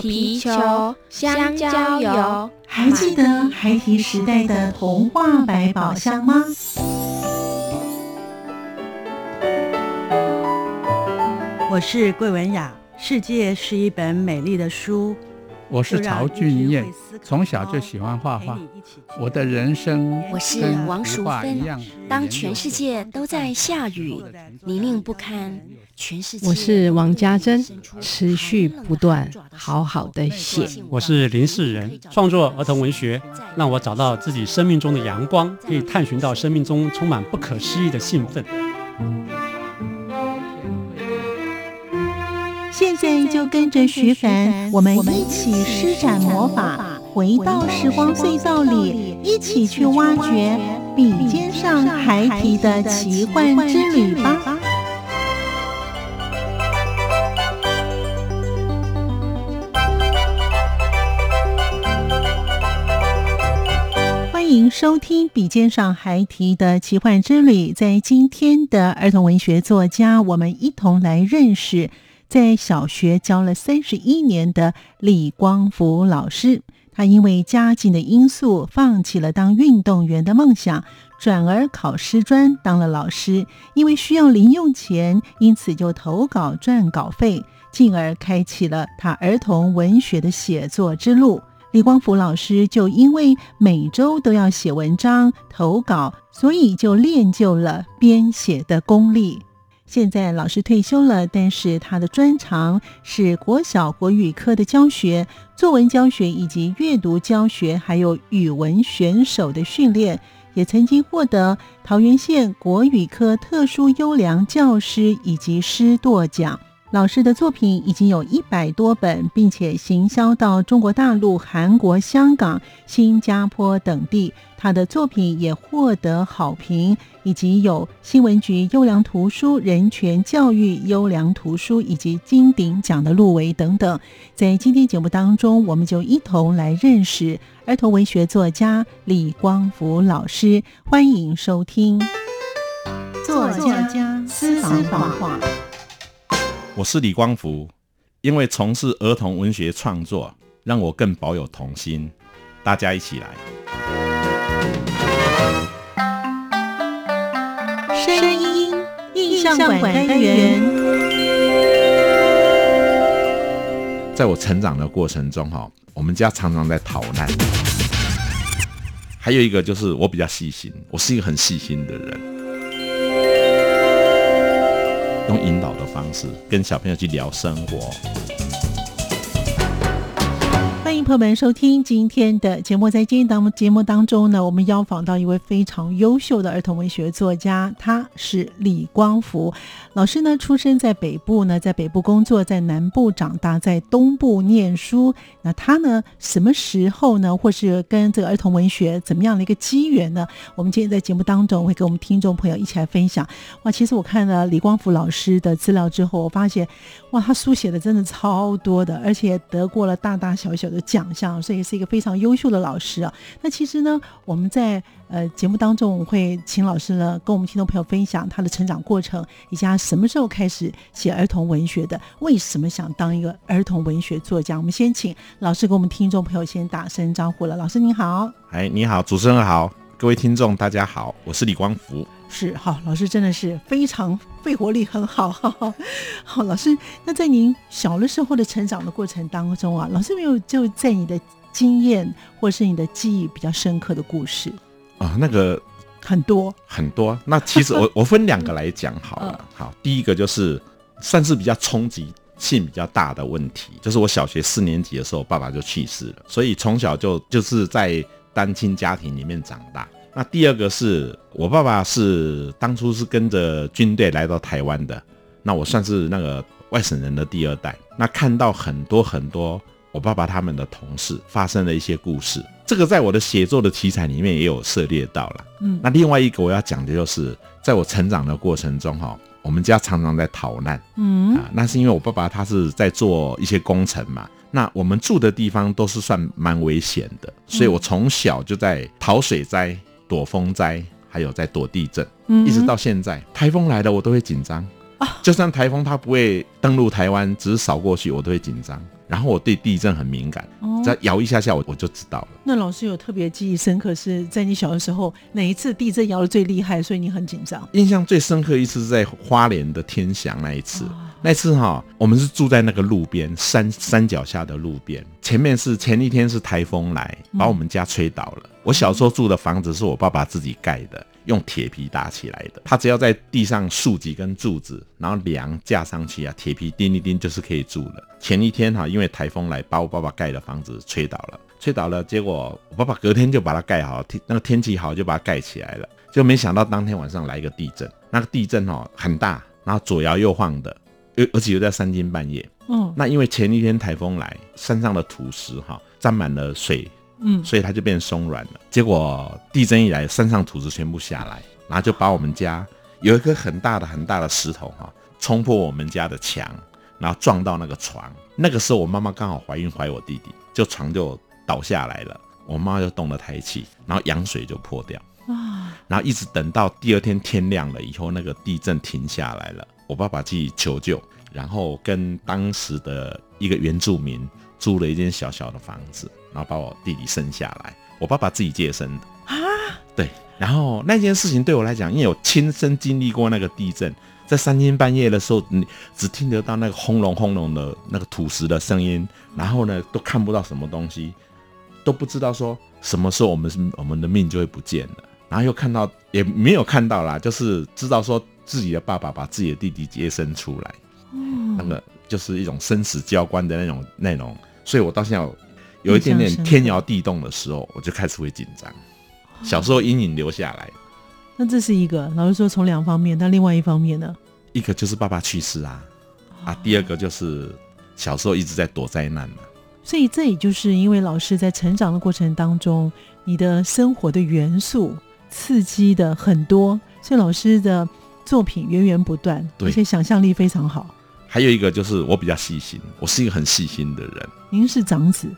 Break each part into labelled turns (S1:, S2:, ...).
S1: 皮球、香蕉油。
S2: 还记得孩提时代的童话百宝箱吗？
S3: 我是桂文雅，世界是一本美丽的书。
S4: 我是曹俊彦，从小就喜欢画画。我的人生
S1: 哦我是王淑芬。当全世界都在下雨，泥泞不堪，全世界
S5: 我是王家珍，持续不断，好好的写。
S6: 我是林世仁，创作儿童文学，让我找到自己生命中的阳光，可以探寻到生命中充满不可思议的兴奋。
S2: 现在就跟着徐凡，我们一起施展魔法，回到时光隧道里，一起去挖掘笔尖上孩提的奇幻之旅吧！欢迎收听《笔尖上孩提的奇幻之旅》。在今天的儿童文学作家，我们一同来认识。在小学教了三十一年的李光福老师，他因为家境的因素，放弃了当运动员的梦想，转而考师专当了老师。因为需要零用钱，因此就投稿赚稿费，进而开启了他儿童文学的写作之路。李光福老师就因为每周都要写文章投稿，所以就练就了编写的功力。现在老师退休了，但是他的专长是国小国语科的教学、作文教学以及阅读教学，还有语文选手的训练。也曾经获得桃园县国语科特殊优良教师以及师铎奖。老师的作品已经有一百多本，并且行销到中国大陆、韩国、香港、新加坡等地。他的作品也获得好评，以及有新闻局优良图书、人权教育优良图书以及金鼎奖的入围等等。在今天节目当中，我们就一同来认识儿童文学作家李光福老师。欢迎收听
S3: 作家私房话。
S7: 我是李光福，因为从事儿童文学创作，让我更保有童心。大家一起来，
S2: 声音印象馆单元。
S7: 在我成长的过程中，哈，我们家常常在逃难。还有一个就是我比较细心，我是一个很细心的人。用引导的方式跟小朋友去聊生活。
S2: 欢迎朋友们收听今天的节目。在今天当节目当中呢，我们邀访到一位非常优秀的儿童文学作家，他是李光福老师呢。出生在北部呢，在北部工作，在南部长大，在东部念书。那他呢，什么时候呢，或是跟这个儿童文学怎么样的一个机缘呢？我们今天在节目当中会跟我们听众朋友一起来分享。哇，其实我看了李光福老师的资料之后，我发现，哇，他书写的真的超多的，而且得过了大大小小的。奖项，所以是一个非常优秀的老师啊。那其实呢，我们在呃节目当中，我会请老师呢跟我们听众朋友分享他的成长过程，以及他什么时候开始写儿童文学的，为什么想当一个儿童文学作家。我们先请老师给我们听众朋友先打声招呼了。老师您好，
S7: 哎，你好，主持人好，各位听众大家好，我是李光福。
S2: 是好，老师真的是非常肺活力很好，好好老师。那在您小的时候的成长的过程当中啊，老师没有就在你的经验或是你的记忆比较深刻的故事
S7: 啊、哦，那个
S2: 很多
S7: 很多。那其实我我分两个来讲好了。好，第一个就是算是比较冲击性比较大的问题，就是我小学四年级的时候，爸爸就去世了，所以从小就就是在单亲家庭里面长大。那第二个是我爸爸是当初是跟着军队来到台湾的，那我算是那个外省人的第二代。那看到很多很多我爸爸他们的同事发生了一些故事，这个在我的写作的题材里面也有涉猎到了。嗯，那另外一个我要讲的就是在我成长的过程中哈，我们家常常在逃难。嗯啊，那是因为我爸爸他是在做一些工程嘛。那我们住的地方都是算蛮危险的，所以我从小就在逃水灾。躲风灾，还有在躲地震，嗯、一直到现在，台风来了我都会紧张。啊、就算台风它不会登陆台湾，只是扫过去，我都会紧张。然后我对地震很敏感，
S2: 哦
S7: 只要摇一下下我我就知道了。
S2: 那老师有特别记忆深刻是在你小的时候哪一次地震摇的最厉害，所以你很紧张？
S7: 印象最深刻一次是在花莲的天祥那一次，那次哈，我们是住在那个路边山山脚下的路边，前面是前一天是台风来把我们家吹倒了。我小时候住的房子是我爸爸自己盖的，用铁皮搭起来的。他只要在地上竖几根柱子，然后梁架上去啊，铁皮钉一钉就是可以住了。前一天哈、因为台风来把我爸爸盖的房子吹倒了。吹倒了，结果我爸爸隔天就把它盖好，天那个天气好就把它盖起来了，就没想到当天晚上来一个地震，那个地震哦很大，然后左摇右晃的，而而且又在三更半夜。
S2: 嗯
S7: 那因为前一天台风来，山上的土石哈、沾满了水，
S2: 嗯，
S7: 所以它就变松软了。结果地震一来，山上土石全部下来，然后就把我们家有一颗很大的很大的石头哈、冲破我们家的墙，然后撞到那个床。那个时候我妈妈刚好怀孕怀我弟弟，就床就倒下来了，我妈就动了胎气，然后羊水就破掉。
S2: 啊，
S7: 然后一直等到第二天天亮了以后，那个地震停下来了，我爸爸去求救，然后跟当时的一个原住民租了一间小小的房子，然后把我弟弟生下来，我爸爸自己接生的啊，对。然后那件事情对我来讲，因为我亲身经历过那个地震，在三更半夜的时候，你只听得到那个轰隆轰隆的那个土石的声音，然后呢都看不到什么东西，都不知道说什么时候我们是我们的命就会不见了。然后又看到也没有看到啦，就是知道说自己的爸爸把自己的弟弟接生出来，那个就是一种生死交关的那种那种，所以我到现在有有一点
S2: 印象深
S7: 点
S2: 刻
S7: 天摇地动的时候，我就开始会紧张。小时候阴影留下来，
S2: 那这是一个老师说从两方面，那另外一方面呢？
S7: 一个就是爸爸去世啊，啊，第二个就是小时候一直在躲灾难啊嘛。
S2: 所以这也就是因为老师在成长的过程当中，你的生活的元素刺激的很多，所以老师的作品源源不断，
S7: 对
S2: 而且想象力非常好。
S7: 还有一个就是我比较细心，我是一个很细心的人，
S2: 您是长子，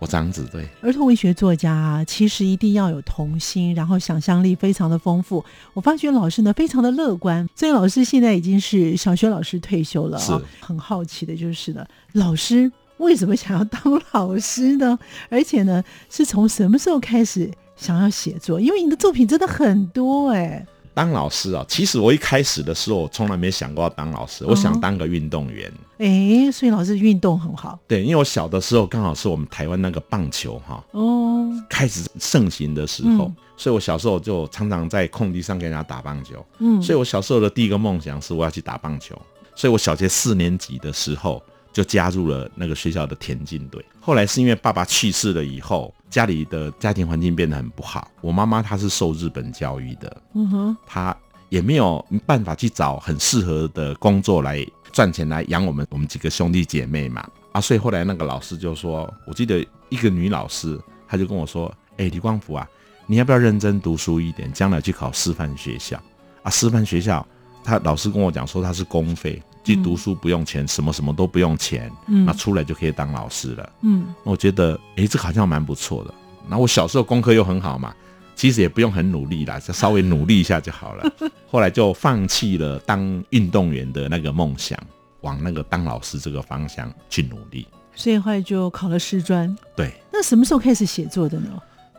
S7: 我长子对。
S2: 儿童文学作家啊，其实一定要有童心，然后想象力非常的丰富。我发觉老师呢非常的乐观，所以老师现在已经是小学老师退休了啊、
S7: 是
S2: 很好奇的就是呢，老师为什么想要当老师呢？而且呢，是从什么时候开始想要写作？因为你的作品真的很多哎、
S7: 当老师啊，其实我一开始的时候，我从来没想过要当老师，
S2: 哦
S7: 我想当个运动员。
S2: 哎，所以老师运动很好
S7: 对，因为我小的时候刚好是我们台湾那个棒球哈
S2: 哦，
S7: 开始盛行的时候，
S2: 嗯
S7: 所以我小时候就常常在空地上跟人家打棒球。
S2: 嗯，
S7: 所以我小时候的第一个梦想是我要去打棒球，所以我小学四年级的时候就加入了那个学校的田径队。后来是因为爸爸去世了以后，家里的家庭环境变得很不好，我妈妈她是受日本教育的，
S2: 嗯哼，
S7: 他也没有办法去找很适合的工作来赚钱来养我们我们几个兄弟姐妹嘛啊，所以后来那个老师就说，我记得一个女老师，她就跟我说，哎、李光福啊，你要不要认真读书一点，将来去考师范学校啊？师范学校，他老师跟我讲说他是公费，去读书不用钱，什么什么都不用钱，那
S2: 嗯
S7: 出来就可以当老师了。
S2: 嗯，
S7: 那我觉得，诶，这个好像蛮不错的。然后我小时候功课又很好嘛，其实也不用很努力啦，就稍微努力一下就好了。后来就放弃了当运动员的那个梦想，往那个当老师这个方向去努力。
S2: 所以后来就考了师专。
S7: 对，
S2: 那什么时候开始写作的呢？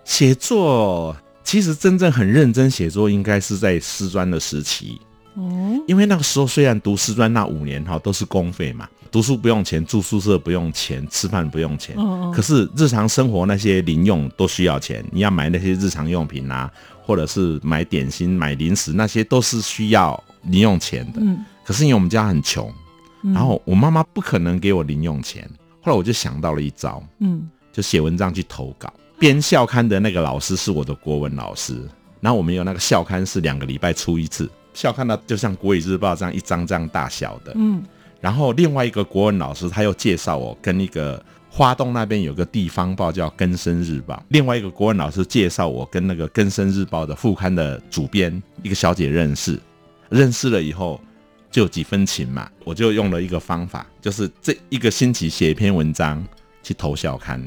S7: 写作其实真正很认真写作，应该是在师专的时期，
S2: 哦，
S7: 因为那个时候虽然读师专那五年哈都是公费嘛，读书不用钱，住宿舍不用钱，吃饭不用钱，
S2: 哦
S7: 可是日常生活那些零用都需要钱，你要买那些日常用品啊，或者是买点心、买零食，那些都是需要零用钱的。
S2: 嗯，
S7: 可是因为我们家很穷，
S2: 嗯
S7: 然后我妈妈不可能给我零用钱，后来我就想到了一招，
S2: 嗯
S7: 就写文章去投稿。编校刊的那个老师是我的国文老师，然后我们有那个校刊是两个礼拜出一次，校刊呢就像《国语日报》这样一张这样大小的，
S2: 嗯
S7: 然后另外一个国文老师他又介绍我跟一个花东那边有个地方报叫《根生日报》，另外一个国文老师介绍我跟那个《根生日报》的副刊的主编一个小姐认识，认识了以后就有几分情嘛，我就用了一个方法，就是这一个星期写一篇文章去投校刊，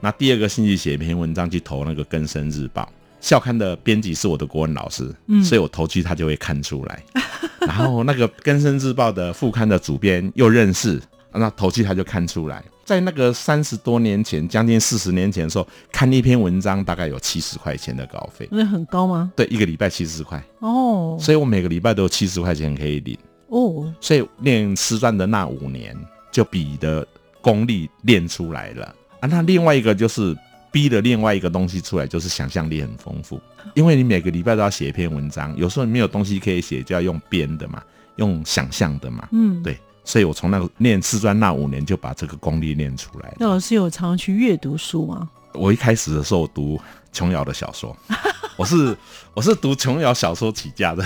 S7: 那第二个星期写一篇文章去投那个《根生日报》。校刊的编辑是我的国文老师，
S2: 嗯
S7: 所以我投去他就会看出来。 然后那个《根生日报》的副刊的主编又认识，那头期他就看出来，在那个三十多年前，将近四十年前的时候，看一篇文章大概有七十块钱的稿费，
S2: 那很高吗？
S7: 对，一个礼拜七十块，
S2: 哦
S7: 所以我每个礼拜都有七十块钱可以领。
S2: 哦，
S7: 所以练师范的那五年，就笔的功力练出来了啊。那另外一个就是逼的另外一个东西出来，就是想象力很丰富，因为你每个礼拜都要写一篇文章，有时候你没有东西可以写，就要用编的嘛，用想象的嘛。
S2: 嗯，
S7: 对所以我从那个练师专那五年就把这个功力练出来
S2: 那
S7: 了。
S2: 老师有常去阅读书吗？
S7: 我一开始的时候读琼瑶的 小说，我是我是读琼瑶小说起家的。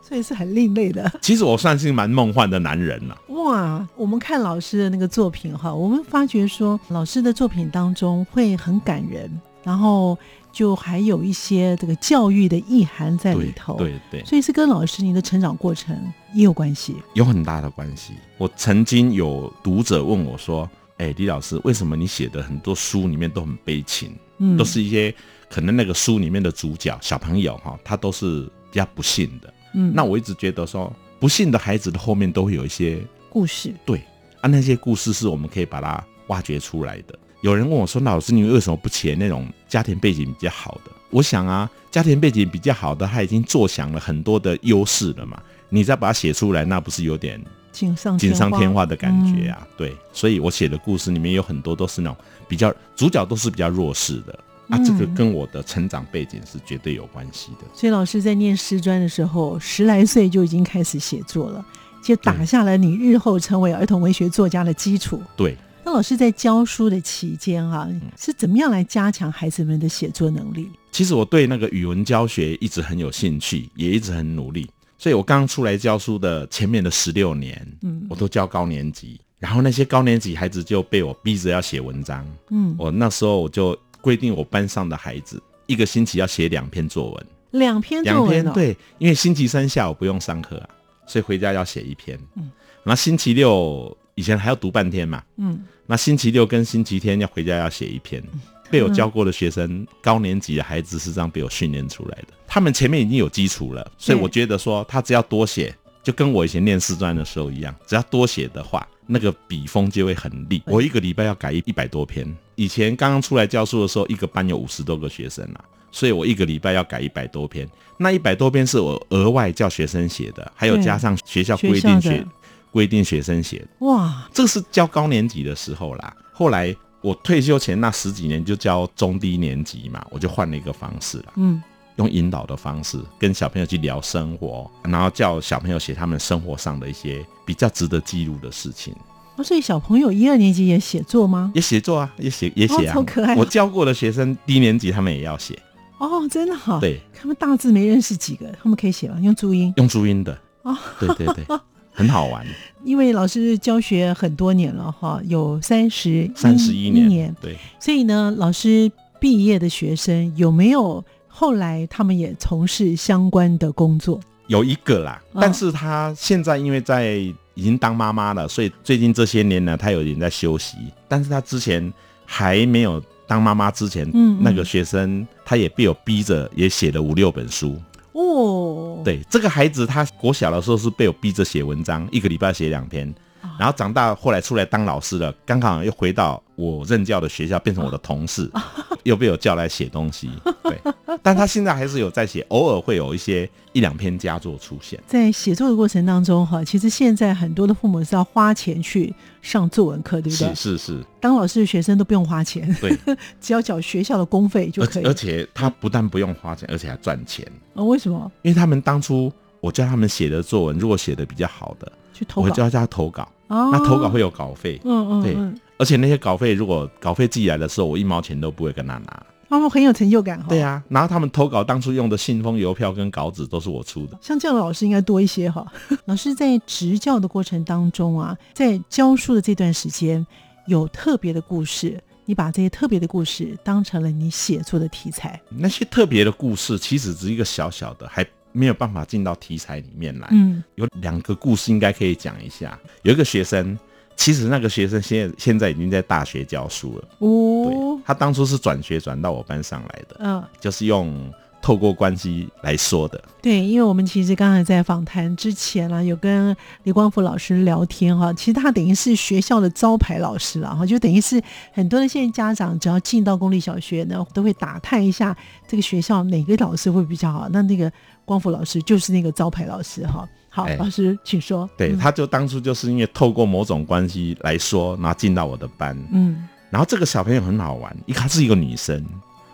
S2: 所以是很另类的。
S7: 其实我算是蛮梦幻的男人了、
S2: 哇，我们看老师的那个作品哈，我们发觉说老师的作品当中会很感人，然后就还有一些这个教育的意涵在里
S7: 对
S2: 头。，
S7: 对对，
S2: 所以是跟老师您的成长过程也有关系。
S7: 有很大的关系。我曾经有读者问我说：“哎、李老师，为什么你写的很多书里面都很悲情，
S2: 嗯，
S7: 都是一些可能那个书里面的主角小朋友哈，他都是比较不幸的？”
S2: 嗯
S7: 那我一直觉得说，不幸的孩子的后面都会有一些
S2: 故事。
S7: 对啊，那些故事是我们可以把它挖掘出来的。有人问我说：“老师，你为什么不写那种家庭背景比较好的？”我想啊，家庭背景比较好的，他已经坐享了很多的优势了嘛，你再把它写出来，那不是有点
S2: 锦上
S7: 锦上添
S2: 嗯花，嗯
S7: 花的感觉啊？对，所以我写的故事里面有很多都是那种比较主角都是比较弱势的啊，这个
S2: 嗯
S7: 跟我的成长背景是绝对有关系的。
S2: 所以老师在念师专的时候，十来岁就已经开始写作了，就打下了你日后成为儿童文学作家的基础。
S7: 对，
S2: 那老师在教书的期间啊，
S7: 嗯
S2: 是怎么样来加强孩子们的写作能力？
S7: 其实我对那个语文教学一直很有兴趣，也一直很努力。所以我刚出来教书的前面的十六年，
S2: 嗯
S7: 我都教高年级，然后那些高年级孩子就被我逼着要写文章。
S2: 嗯，
S7: 我那时候我就规定我班上的孩子一个星期要写两篇作文，
S2: 两篇
S7: 两
S2: 作
S7: 篇
S2: 文哦，，
S7: 对，因为星期三下午不用上课啊，所以回家要写一篇。嗯，然后星期六以前还要读半天嘛，
S2: 嗯，
S7: 那星期六跟星期天要回家要写一篇。被我教过的学生，高年级的孩子是这样被我训练出来的。他们前面已经有基础了，所以我觉得说他只要多写，就跟我以前念师专的时候一样，只要多写的话，那个笔锋就会很利。我一个礼拜要改一一百多篇。以前刚刚出来教书的时候，一个班有五十多个学生啊啦，所以我一个礼拜要改一百多篇。那一百多篇是我额外叫学生写的，还有
S2: 对
S7: 加上学校
S2: 学
S7: 规
S2: 校
S7: 定
S2: 的
S7: 学规定学生写的。
S2: 哇，
S7: 这是教高年级的时候啦。后来我退休前那十几年就教中低年级嘛，我就换了一个方式啦，
S2: 嗯
S7: 用引导的方式跟小朋友去聊生活，然后叫小朋友写他们生活上的一些比较值得记录的事情，
S2: 哦所以小朋友一二年级也写作吗？
S7: 也写作啊，也写也写啊，
S2: 哦好可爱啊
S7: 我教过的学生低年级他们也要写，
S2: 哦，真的哈、，
S7: 对，
S2: 他们大字没认识几个，他们可以写吗？用注音
S7: 用注音的，
S2: 哦，
S7: 对对对，很好玩，
S2: 因为老师教学很多年了哈，有三十
S7: 三十一
S2: 嗯年
S7: 年，对。
S2: 所以呢，老师毕业的学生有没有后来他们也从事相关的工作？
S7: 有一个啦，
S2: 嗯
S7: 但是她现在因为在已经当妈妈了，所以最近这些年呢，她有点在休息。但是她之前还没有当妈妈之前，
S2: 嗯嗯
S7: 那个学生她也被我逼着也写了五六本书。
S2: 哦，，
S7: 对，这个孩子他国小的时候是被我逼着写文章，一个礼拜写两篇。
S2: 啊
S7: 然后长大，后来出来当老师了，刚好又回到我任教的学校，变成我的同事，
S2: 啊
S7: 又被我叫来写 东西。对，但他现在还是有在写，偶尔会有一些一两篇佳作出现。
S2: 在写作的过程当中哈，其实现在很多的父母是要花钱去上作文课，对不对
S7: 是？是是，
S2: 当老师的学生都不用花钱，
S7: 对，
S2: 只要缴学校的公费就
S7: 而
S2: 可以。
S7: 而且他不但不用花钱，而且还赚钱，
S2: 哦，为什么
S7: 因为他们当初我叫他们写的作文，如果写的比较好的，
S2: 去投
S7: 我
S2: 稿？
S7: 就要叫他投稿，
S2: 啊
S7: 那投稿会有稿费，
S2: 嗯嗯
S7: 对
S2: 嗯，
S7: 而且那些稿费如果稿费寄来的时候，我一毛钱都不会跟他拿。
S2: 他们哦很有成就感哈。
S7: 对，啊，然后他们投稿当初用的信封、邮票跟稿纸都是我出的。
S2: 像这样的老师应该多一些哈。 老师在执教的过程当中啊，在教书的这段时间，有特别的故事，你把这些特别的故事当成了你写作的题材。
S7: 那些特别的故事其实只是一个小小的，还没有办法进到题材里面来。
S2: 嗯，
S7: 有两个故事应该可以讲一下。有一个学生，其实那个学生现在现在已经在大学教书了。
S2: 哦
S7: 对，，他当初是转学转到我班上来的，
S2: 嗯
S7: 就是用透过关系来说的。
S2: 对，因为我们其实刚才在访谈之前呢、有跟李光福老师聊天哈、其实他等于是学校的招牌老师了哈，就等于是很多的现在家长只要进到公立小学呢，都会打探一下这个学校哪个老师会比较好。那那个光福老师就是那个招牌老师哈。好，
S7: 哎
S2: 老师请说。
S7: 对，
S2: 嗯
S7: 他就当初就是因为透过某种关系来说，然后进到我的班，
S2: 嗯
S7: 然后这个小朋友很好玩，一她是一个女生，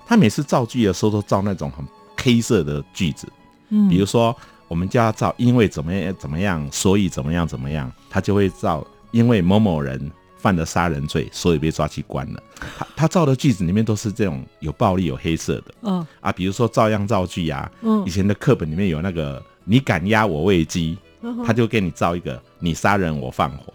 S7: 她每次造句的时候都造那种很 K 色的句子，
S2: 嗯，
S7: 比如说我们叫她造因为怎么样怎么样，所以怎么样怎么样，她就会造因为某某人犯了杀人罪，所以被抓去关了。她她造的句子里面都是这种有暴力有黑色的
S2: 嗯
S7: 啊，比如说照样造句啊，
S2: 嗯
S7: 以前的课本里面有那个你敢压我喂鸡，
S2: 嗯
S7: 他就给你造一个你杀人我放 火，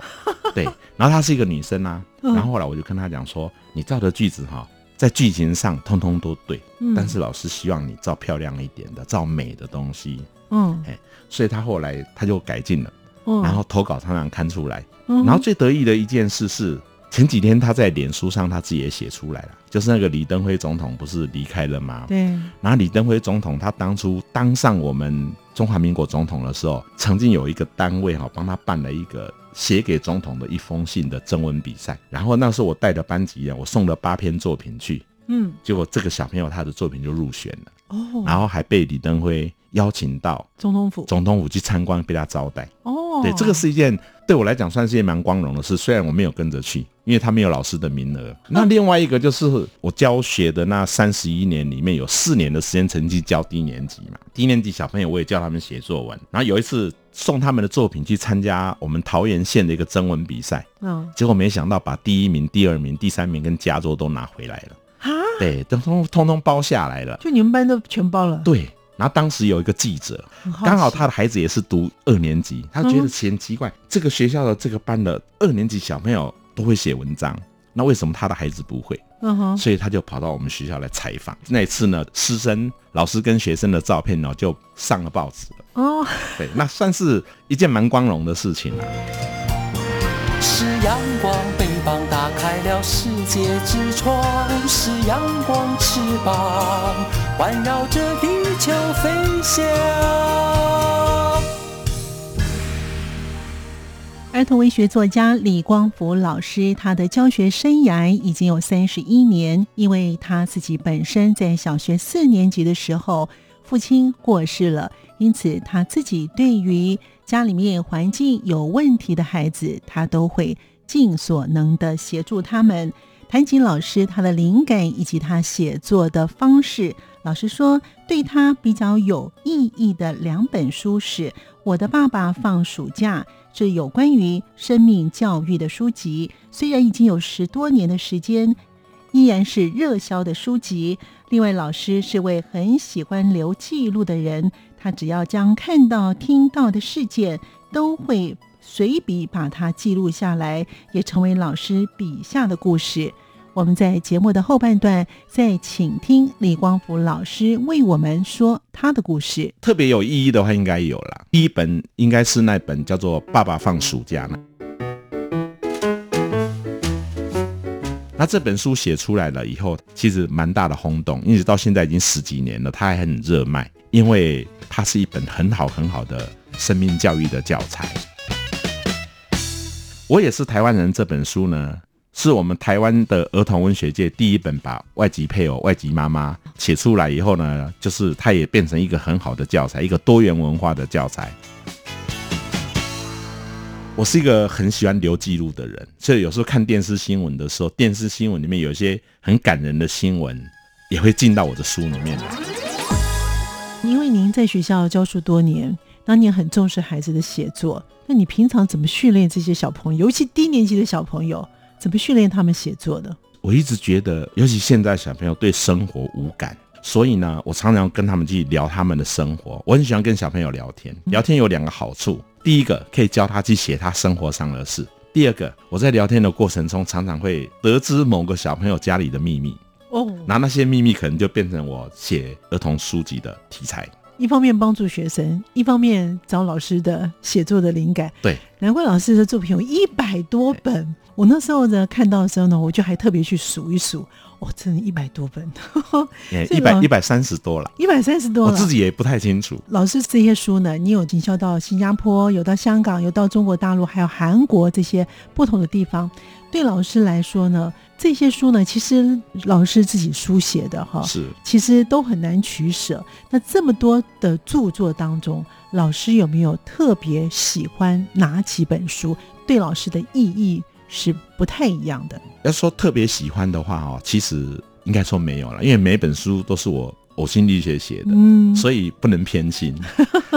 S7: 对。然后她是一个女生啊，
S2: 嗯
S7: 然后后来我就跟她讲说，你造的句子哈，在剧情上通通都对，
S2: 嗯
S7: 但是老师希望你造漂亮一点的，造美的东西。
S2: 嗯
S7: 所以她后来她就改进了，
S2: 嗯，
S7: 然后投稿常常刊出来。
S2: 嗯
S7: 然后最得意的一件事是，前几天她在脸书上她自己也写出来了，就是那个李登辉总统不是离开了吗？
S2: 对
S7: 然后李登辉总统他当初当上我们中华民国总统的时候，曾经有一个单位哈、帮他办了一个写给总统的一封信的征文比赛。然后那时候我带着班级啊，我送了八篇作品去，
S2: 嗯
S7: 结果这个小朋友他的作品就入选了，
S2: 哦，
S7: 然后还被李登辉邀请到
S2: 总统府
S7: 总统府去参观，被他招待。
S2: 哦，
S7: 对，这个是一件对我来讲算是一件蛮光荣的事。虽然我没有跟着去，因为他没有老师的名额。那另外一个就是我教学的那三十一年里面，有四年的时间成绩教低年级嘛，低年级小朋友我也教他们写作文。然后有一次送他们的作品去参加我们桃园县的一个征文比赛，
S2: 嗯
S7: 结果没想到把第一名、第二名、第三名跟佳作都拿回来了，
S2: 啊，
S7: 对，都通通通包下来了。
S2: 就你们班都全包了，
S7: 对，然后当时有一个记者，
S2: 很奇
S7: 刚好他的孩子也是读二年级，他觉
S2: 嗯
S7: 得嫌奇怪，这个学校的这个班的二年级小朋友都会写文章，那为什么他的孩子不会？
S2: 嗯哼
S7: 所以他就跑到我们学校来采访。那一次呢，师生、老师跟学生的照片呢就上了报纸了。
S2: 哦，
S7: 对，那算是一件蛮光荣的事情啊。
S8: 是阳光，翅膀打开了世界之窗；是阳光，翅膀环绕着地球飞翔。
S2: 儿童文学作家李光福老师，他的教学生涯已经有三十一年，因为他自己本身在小学四年级的时候，父亲过世了，因此他自己对于家里面环境有问题的孩子，他都会尽所能的协助他们。谭锦老师他的灵感以及他写作的方式，老师说对他比较有意义的两本书是《我的爸爸放暑假》，是有关于生命教育的书籍，虽然已经有十多年的时间，依然是热销的书籍。另外，老师是位很喜欢留记录的人，他只要将看到、听到的事件都会随笔把它记录下来，也成为老师笔下的故事。我们在节目的后半段再请听李光福老师为我们说他的故事。
S7: 特别有意义的话，应该有啦。第一本应该是那本叫做《爸爸放暑假》呢。那这本书写出来了以后，其实蛮大的轰动，一直到现在已经十几年了，它还很热卖，因为它是一本很好很好的生命教育的教材。我也是台湾人，这本书呢，是我们台湾的儿童文学界第一本把外籍配偶、外籍妈妈写出来以后呢，就是它也变成一个很好的教材，一个多元文化的教材。我是一个很喜欢留记录的人，所以有时候看电视新闻的时候，电视新闻里面有一些很感人的新闻，也会进到我的书里面来。
S2: 因为您在学校教书多年，那你也很重视孩子的写作，那你平常怎么训练这些小朋友，尤其低年级的小朋友，怎么训练他们写作的？
S7: 我一直觉得，尤其现在小朋友对生活无感，所以呢，我常常跟他们去聊他们的生活。我很喜欢跟小朋友聊天，
S2: 嗯
S7: 聊天有两个好处：第一个，可以教他去写他生活上的事；第二个，我在聊天的过程中，常常会得知某个小朋友家里的秘密，
S2: 哦，
S7: 那那些秘密可能就变成我写儿童书籍的题材。
S2: 一方面帮助学生，一方面找老师的写作的灵感。
S7: 对，
S2: 难怪老师的作品有一百多本。我那时候呢看到的时候呢，我就还特别去数一数，哦，真的一百多本，
S7: 也
S2: 所以啊
S7: 哎一百
S2: 老
S7: 一百三十多了，
S2: 一百三十多
S7: 我
S2: 了。
S7: 自己也不太清楚。
S2: 老师这些书呢，你有经销到新加坡，有到香港，有到中国大陆，还有韩国这些不同的地方。对老师来说呢，这些书呢，其实老师自己书写的哈，
S7: 是
S2: 其实都很难取舍。那这么多的著作当中，老师有没有特别喜欢哪几本书？对老师的意义是不太一样的。
S7: 要说特别喜欢的话哦，其实应该说没有了，因为每本书都是我呕心沥血写的，
S2: 嗯
S7: 所以不能 偏心。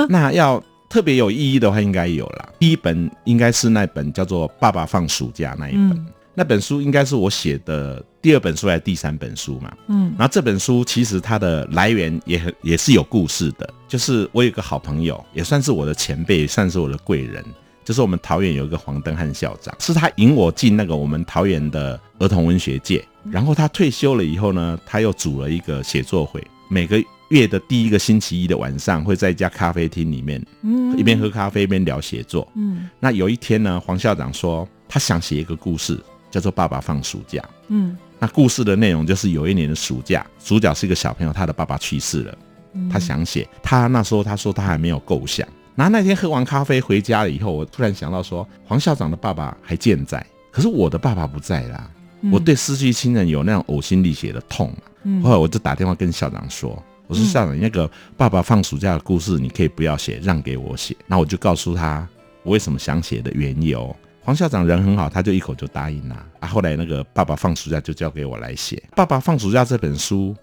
S7: 那要特别有意义的话，应该有啦。第一本应该是那本叫做《爸爸放暑假》那一本，
S2: 嗯
S7: 那本书应该是我写的第二本书还是第三本书嘛？
S2: 嗯
S7: 然后这本书其实它的来源也很也是有故事的，就是我有一个好朋友，也算是我的前辈，也算是我的贵人，就是我们桃园有一个黄登汉校长，是他引我进那个我们桃园的儿童文学界。
S2: 嗯
S7: 然后他退休了以后呢，他又组了一个写作会，每个月的第一个星期一的晚上会在一家咖啡厅里面，
S2: 嗯
S7: 一边喝咖啡一边聊写作。
S2: 嗯
S7: 那有一天呢，黄校长说他想写一个故事，叫做《爸爸放暑假》。
S2: 嗯
S7: 那故事的内容就是有一年的暑假，主角是一个小朋友，他的爸爸去世了，
S2: 嗯，
S7: 他想写，他那时候他说他还没有构想。然后那天喝完咖啡回家了以后，我突然想到说，黄校长的爸爸还健在，可是我的爸爸不在啦。
S2: 嗯
S7: 我对失去亲人有那种呕心沥血的痛嘛。
S2: 嗯
S7: 后来我就打电话跟校长说，我说
S2: 嗯
S7: 校长，那个爸爸放暑假的故事你可以不要写，让给我写。那我就告诉他我为什么想写的缘由。黄校长人很好，他就一口就答应啦、啊。后来那个爸爸放暑假就交给我来写。爸爸放暑假这本书，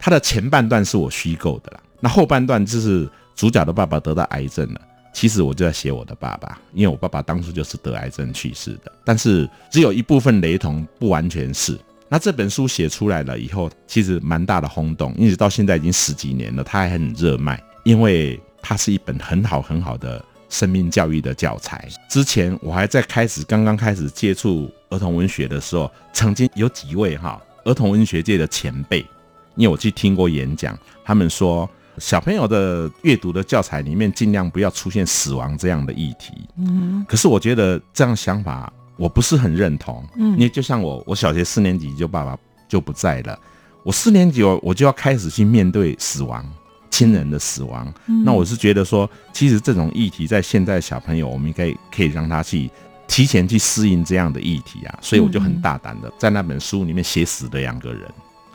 S7: 它的前半段是我虚构的啦，那后半段就是主角的爸爸得到癌症了。其实我就在写我的爸爸，因为我爸爸当初就是得癌症去世的，但是只有一部分雷同，不完全是。那这本书写出来了以后，其实蛮大的轰动，一直到现在已经十几年了，它还很热卖，因为它是一本很好很好的生命教育的教材。之前我还在开始刚刚开始接触儿童文学的时候，曾经有几位哈儿童文学界的前辈，因为我去听过演讲，他们说小朋友的阅读的教材里面尽量不要出现死亡这样的议题。
S2: 嗯
S7: 可是我觉得这样想法我不是很认同，
S2: 嗯
S7: 因为就像我，我小学四年级就爸爸就不在了，我四年级我我就要开始去面对死亡，亲人的死亡。
S2: 嗯
S7: 那我是觉得说，其实这种议题在现在小朋友，我们应该可以让他去提前去适应这样的议题啊，所以我就很大胆的在那本书里面写死的两个人，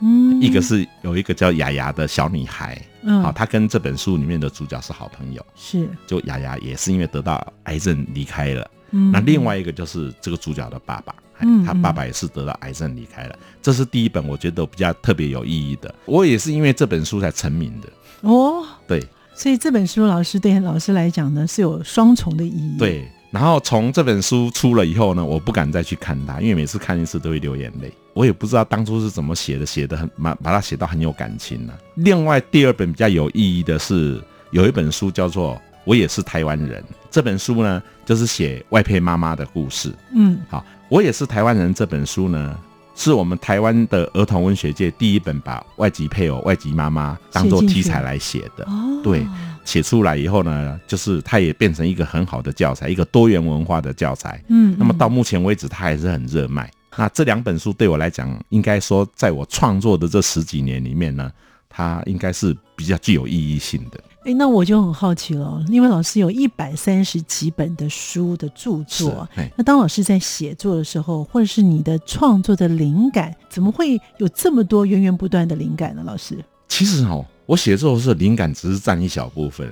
S2: 嗯
S7: 一个是有一个叫雅雅的小女孩，
S2: 嗯
S7: 好、她跟这本书里面的主角是好朋友，
S2: 是
S7: 就雅雅也是因为得到癌症离开了。
S2: 嗯
S7: 那另外一个就是这个主角的爸爸，哎
S2: 嗯
S7: 他爸爸也是得到癌症离开了。这是第一本我觉得比较特别有意义的，我也是因为这本书才成名的。
S2: 哦，
S7: 对
S2: 所以这本书老师对老师来讲呢是有双重的意义。，
S7: 对，然后从这本书出了以后呢，我不敢再去看它，因为每次看一次都会流眼泪。我也不知道当初是怎么写的，写的很把把它写到很有感情呢、啊另外第二本比较有意义的是有一本书叫做《我也是台湾人》，这本书呢就是写外配妈妈的故事。
S2: 嗯
S7: 好，我也是台湾人这本书呢，是我们台湾的儿童文学界第一本把外籍配偶、外籍妈妈当做
S2: 写进去
S7: 题材来写的。
S2: 哦，
S7: 对，写出来以后呢，就是它也变成一个很好的教材，一个多元文化的教材。
S2: 嗯，
S7: 那么到目前为止，它还是很热卖。那这两本书对我来讲，应该说在我创作的这十几年里面呢，它应该是比较具有意义性的。
S2: 哎，那我就很好奇了，哦因为老师有一百三十几本的书的著
S7: 是
S2: 作，，啊
S7: 哎，
S2: 那当老师在写作的时候，或者是你的创作的灵感，怎么会有这么多源源不断的灵感呢？老师
S7: 其实哦，我写作的时候灵感只是占一小部分、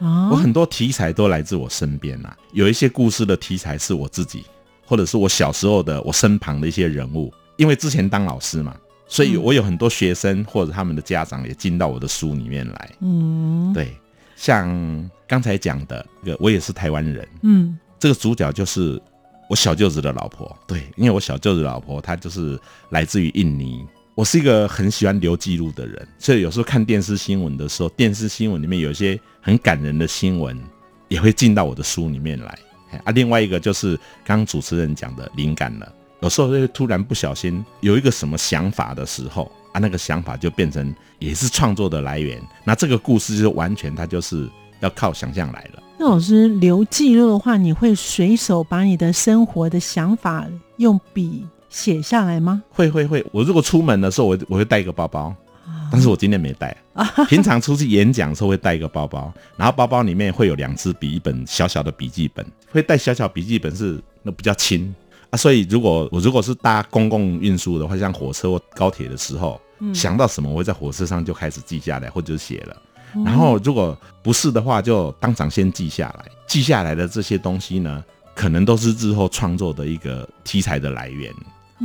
S7: 哎
S2: 啊
S7: 我很多题材都来自我身边呐、有一些故事的题材是我自己，或者是我小时候的我身旁的一些人物。因为之前当老师嘛，所以
S2: 嗯
S7: 我有很多学生或者他们的家长也进到我的书里面来。
S2: 嗯
S7: 对，像刚才讲的，那个我也是台湾人，
S2: 嗯
S7: 这个主角就是我小舅子的老婆。对，因为我小舅子的老婆她就是来自于印尼。我是一个很喜欢留记录的人，所以有时候看电视新闻的时候，电视新闻里面有一些很感人的新闻，也会进到我的书里面来。哎啊，另外一个就是刚刚主持人讲的灵感了，有时候会突然不小心有一个什么想法的时候啊，那个想法就变成也是创作的来源。那这个故事就完全它就是要靠想象来了。
S2: 那老师留记录的话，你会随手把你的生活的想法用笔写下来吗？
S7: 会会会，我如果出门的时候，我我会带一个包包，但是我今天没带。平常出去演讲的时候会带一个包包，然后包包里面会有两支笔，一本小小的笔记本，会带小小笔记本是那比较轻啊，所以如果我如果是搭公共运输的话，像火车或高铁的时候，想到什么我会在火车上就开始记下来或者写了。然后如果不是的话，就当场先记下来。记下来的这些东西呢，可能都是日后创作的一个题材的来源。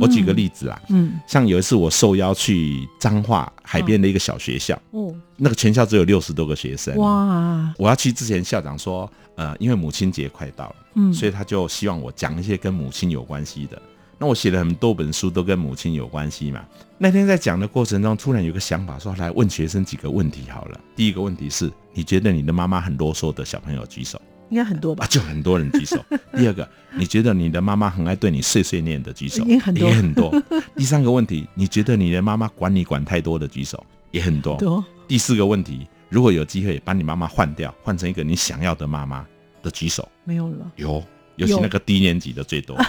S7: 我举个例子啊，
S2: 嗯，
S7: 像有一次我受邀去彰化海边的一个小学校，
S2: 哦，
S7: 那个全校只有六十多个学生。
S2: 哇，
S7: 我要去之前，校长说，呃，因为母亲节快到了，
S2: 嗯，
S7: 所以他就希望我讲一些跟母亲有关系的。那我写了很多本书，都跟母亲有关系嘛。那天在讲的过程中，突然有个想法说，来问学生几个问题好了。第一个问题是，你觉得你的妈妈很啰嗦的小朋友举手
S2: 应该很多吧
S7: 啊，？就很多人举手。第二个，你觉得你的妈妈很爱对你碎碎念的举手，
S2: 也很多
S7: 也很多。第三个问题，你觉得你的妈妈管你管太多的举手，也很多。
S2: 多，
S7: 第四个问题，如果有机会把你妈妈换掉，换成一个你想要的妈妈的举手，
S2: 没有了。
S7: 有，尤其那个低年级的最多。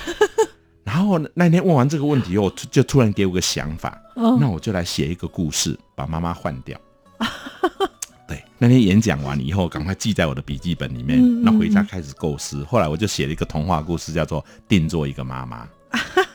S7: 然后呢那天问完这个问题后，就就突然给我个想法，那
S2: 哦，
S7: 我就来写一个故事，把妈妈换掉。 对，那天演讲完以后，赶快记在我的笔记本里面
S2: 嗯嗯，
S7: 那回家开始构思。后来我就写了一个童话故事，叫做《定做一个妈妈》。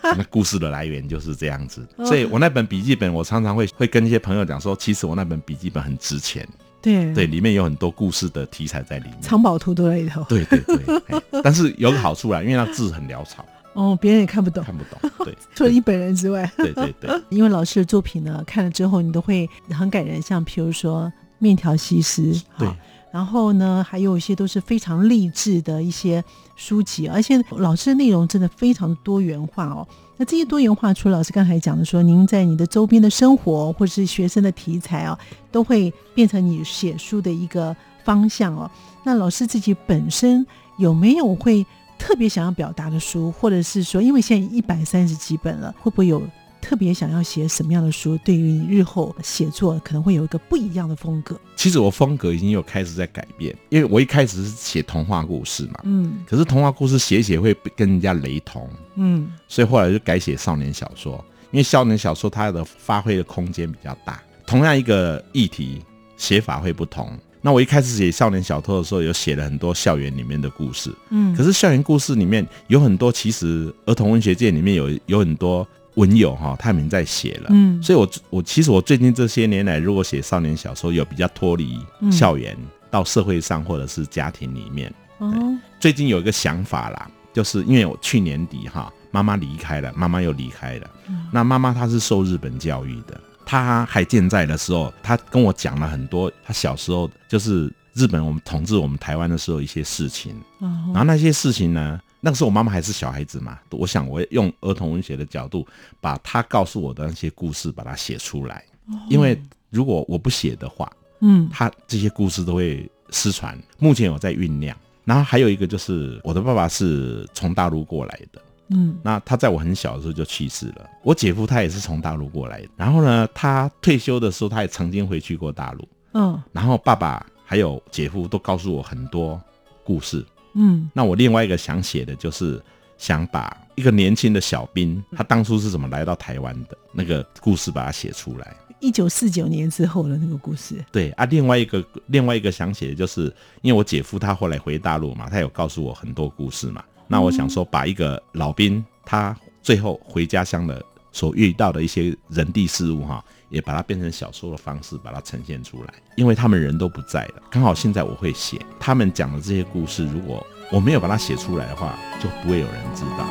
S7: 那故事的来源就是这样子，
S2: 嗯
S7: 所以我那本笔记本，我常常会会跟一些朋友讲说，其实我那本笔记本很值钱，
S2: 对
S7: 对，，里面有很多故事的题材在里面。
S2: 藏宝图都在里头。
S7: 对对对，嘿但是有个好处啦，因为那字很潦草，
S2: 哦，别人也看不懂，
S7: 看不懂。 对，
S2: 除了你本人之外，
S7: 对对对，
S2: 因为老师的作品呢，看了之后你都会很感人，像譬如说《面条西施》
S7: 对
S2: 啊，然后呢，还有一些都是非常励志的一些书籍，而且老师的内容真的非常多元化哦。那这些多元化，除了老师刚才讲的说，您在你的周边的生活或者是学生的题材哦，都会变成你写书的一个方向哦。那老师自己本身有没有会特别想要表达的书，或者是说，因为现在一百三十几本了，会不会有特别想要写什么样的书？对于你日后写作可能会有一个不一样的风格。
S7: 其实我风格已经有开始在改变，因为我一开始是写童话故事嘛，
S2: 嗯
S7: 可是童话故事写一写会跟人家雷同，
S2: 嗯，
S7: 所以后来就改写少年小说，因为少年小说它的发挥的空间比较大，同样一个议题写法会不同。那我一开始写少年小说的时候，有写了很多校园里面的故事，
S2: 嗯
S7: 可是校园故事里面有很多，其实儿童文学界里面有有很多文友哈，他们已经在写了。
S2: 嗯
S7: 所以我我其实我最近这些年来，如果写少年小说，有比较脱离
S2: 嗯
S7: 校园、到社会上或者是家庭里面。
S2: 哦，
S7: 最近有一个想法啦，就是因为我去年底哈，妈妈离开了，妈妈又离开了。
S2: 嗯
S7: 那妈妈她是受日本教育的，她还健在的时候，她跟我讲了很多她小时候就是日本我们统治我们台湾的时候一些事情。
S2: 然
S7: 然后那些事情呢，那个时候我妈妈还是小孩子嘛，我想我用儿童文学的角度，把她告诉我的那些故事把它写出来，因为如果我不写的话，
S2: 嗯
S7: 她这些故事都会失传。目前有在酝酿。然后还有一个就是，我的爸爸是从大陆过来的，
S2: 嗯
S7: 那他在我很小的时候就去世了。我姐夫他也是从大陆过来的，然后呢，他退休的时候他也曾经回去过大陆。
S2: 嗯
S7: 然后爸爸还有姐夫都告诉我很多故事，
S2: 嗯
S7: 那我另外一个想写的就是想把一个年轻的小兵，他当初是怎么来到台湾的那个故事，把它写出来。
S2: 一九四九年之后的那个故事，
S7: 对啊，另外一个另外一个想写的就是，因为我姐夫他后来回大陆嘛，他有告诉我很多故事嘛。那我想说，把一个老兵他最后回家乡的所遇到的一些人地事物哈，也把它变成小说的方式把它呈现出来。因为他们人都不在了，刚好现在我会写他们讲的这些故事，如果我没有把它写出来的话，就不会有人知道。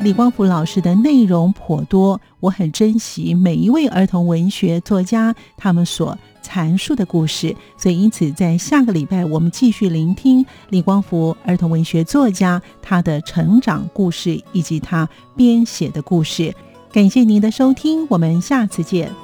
S2: 李光福老师的内容颇多，我很珍惜每一位儿童文学作家他们所阐述的故事，所以因此在下个礼拜我们继续聆听李光福儿童文学作家他的成长故事以及他编写的故事。感谢您的收听，我们下次见，拜。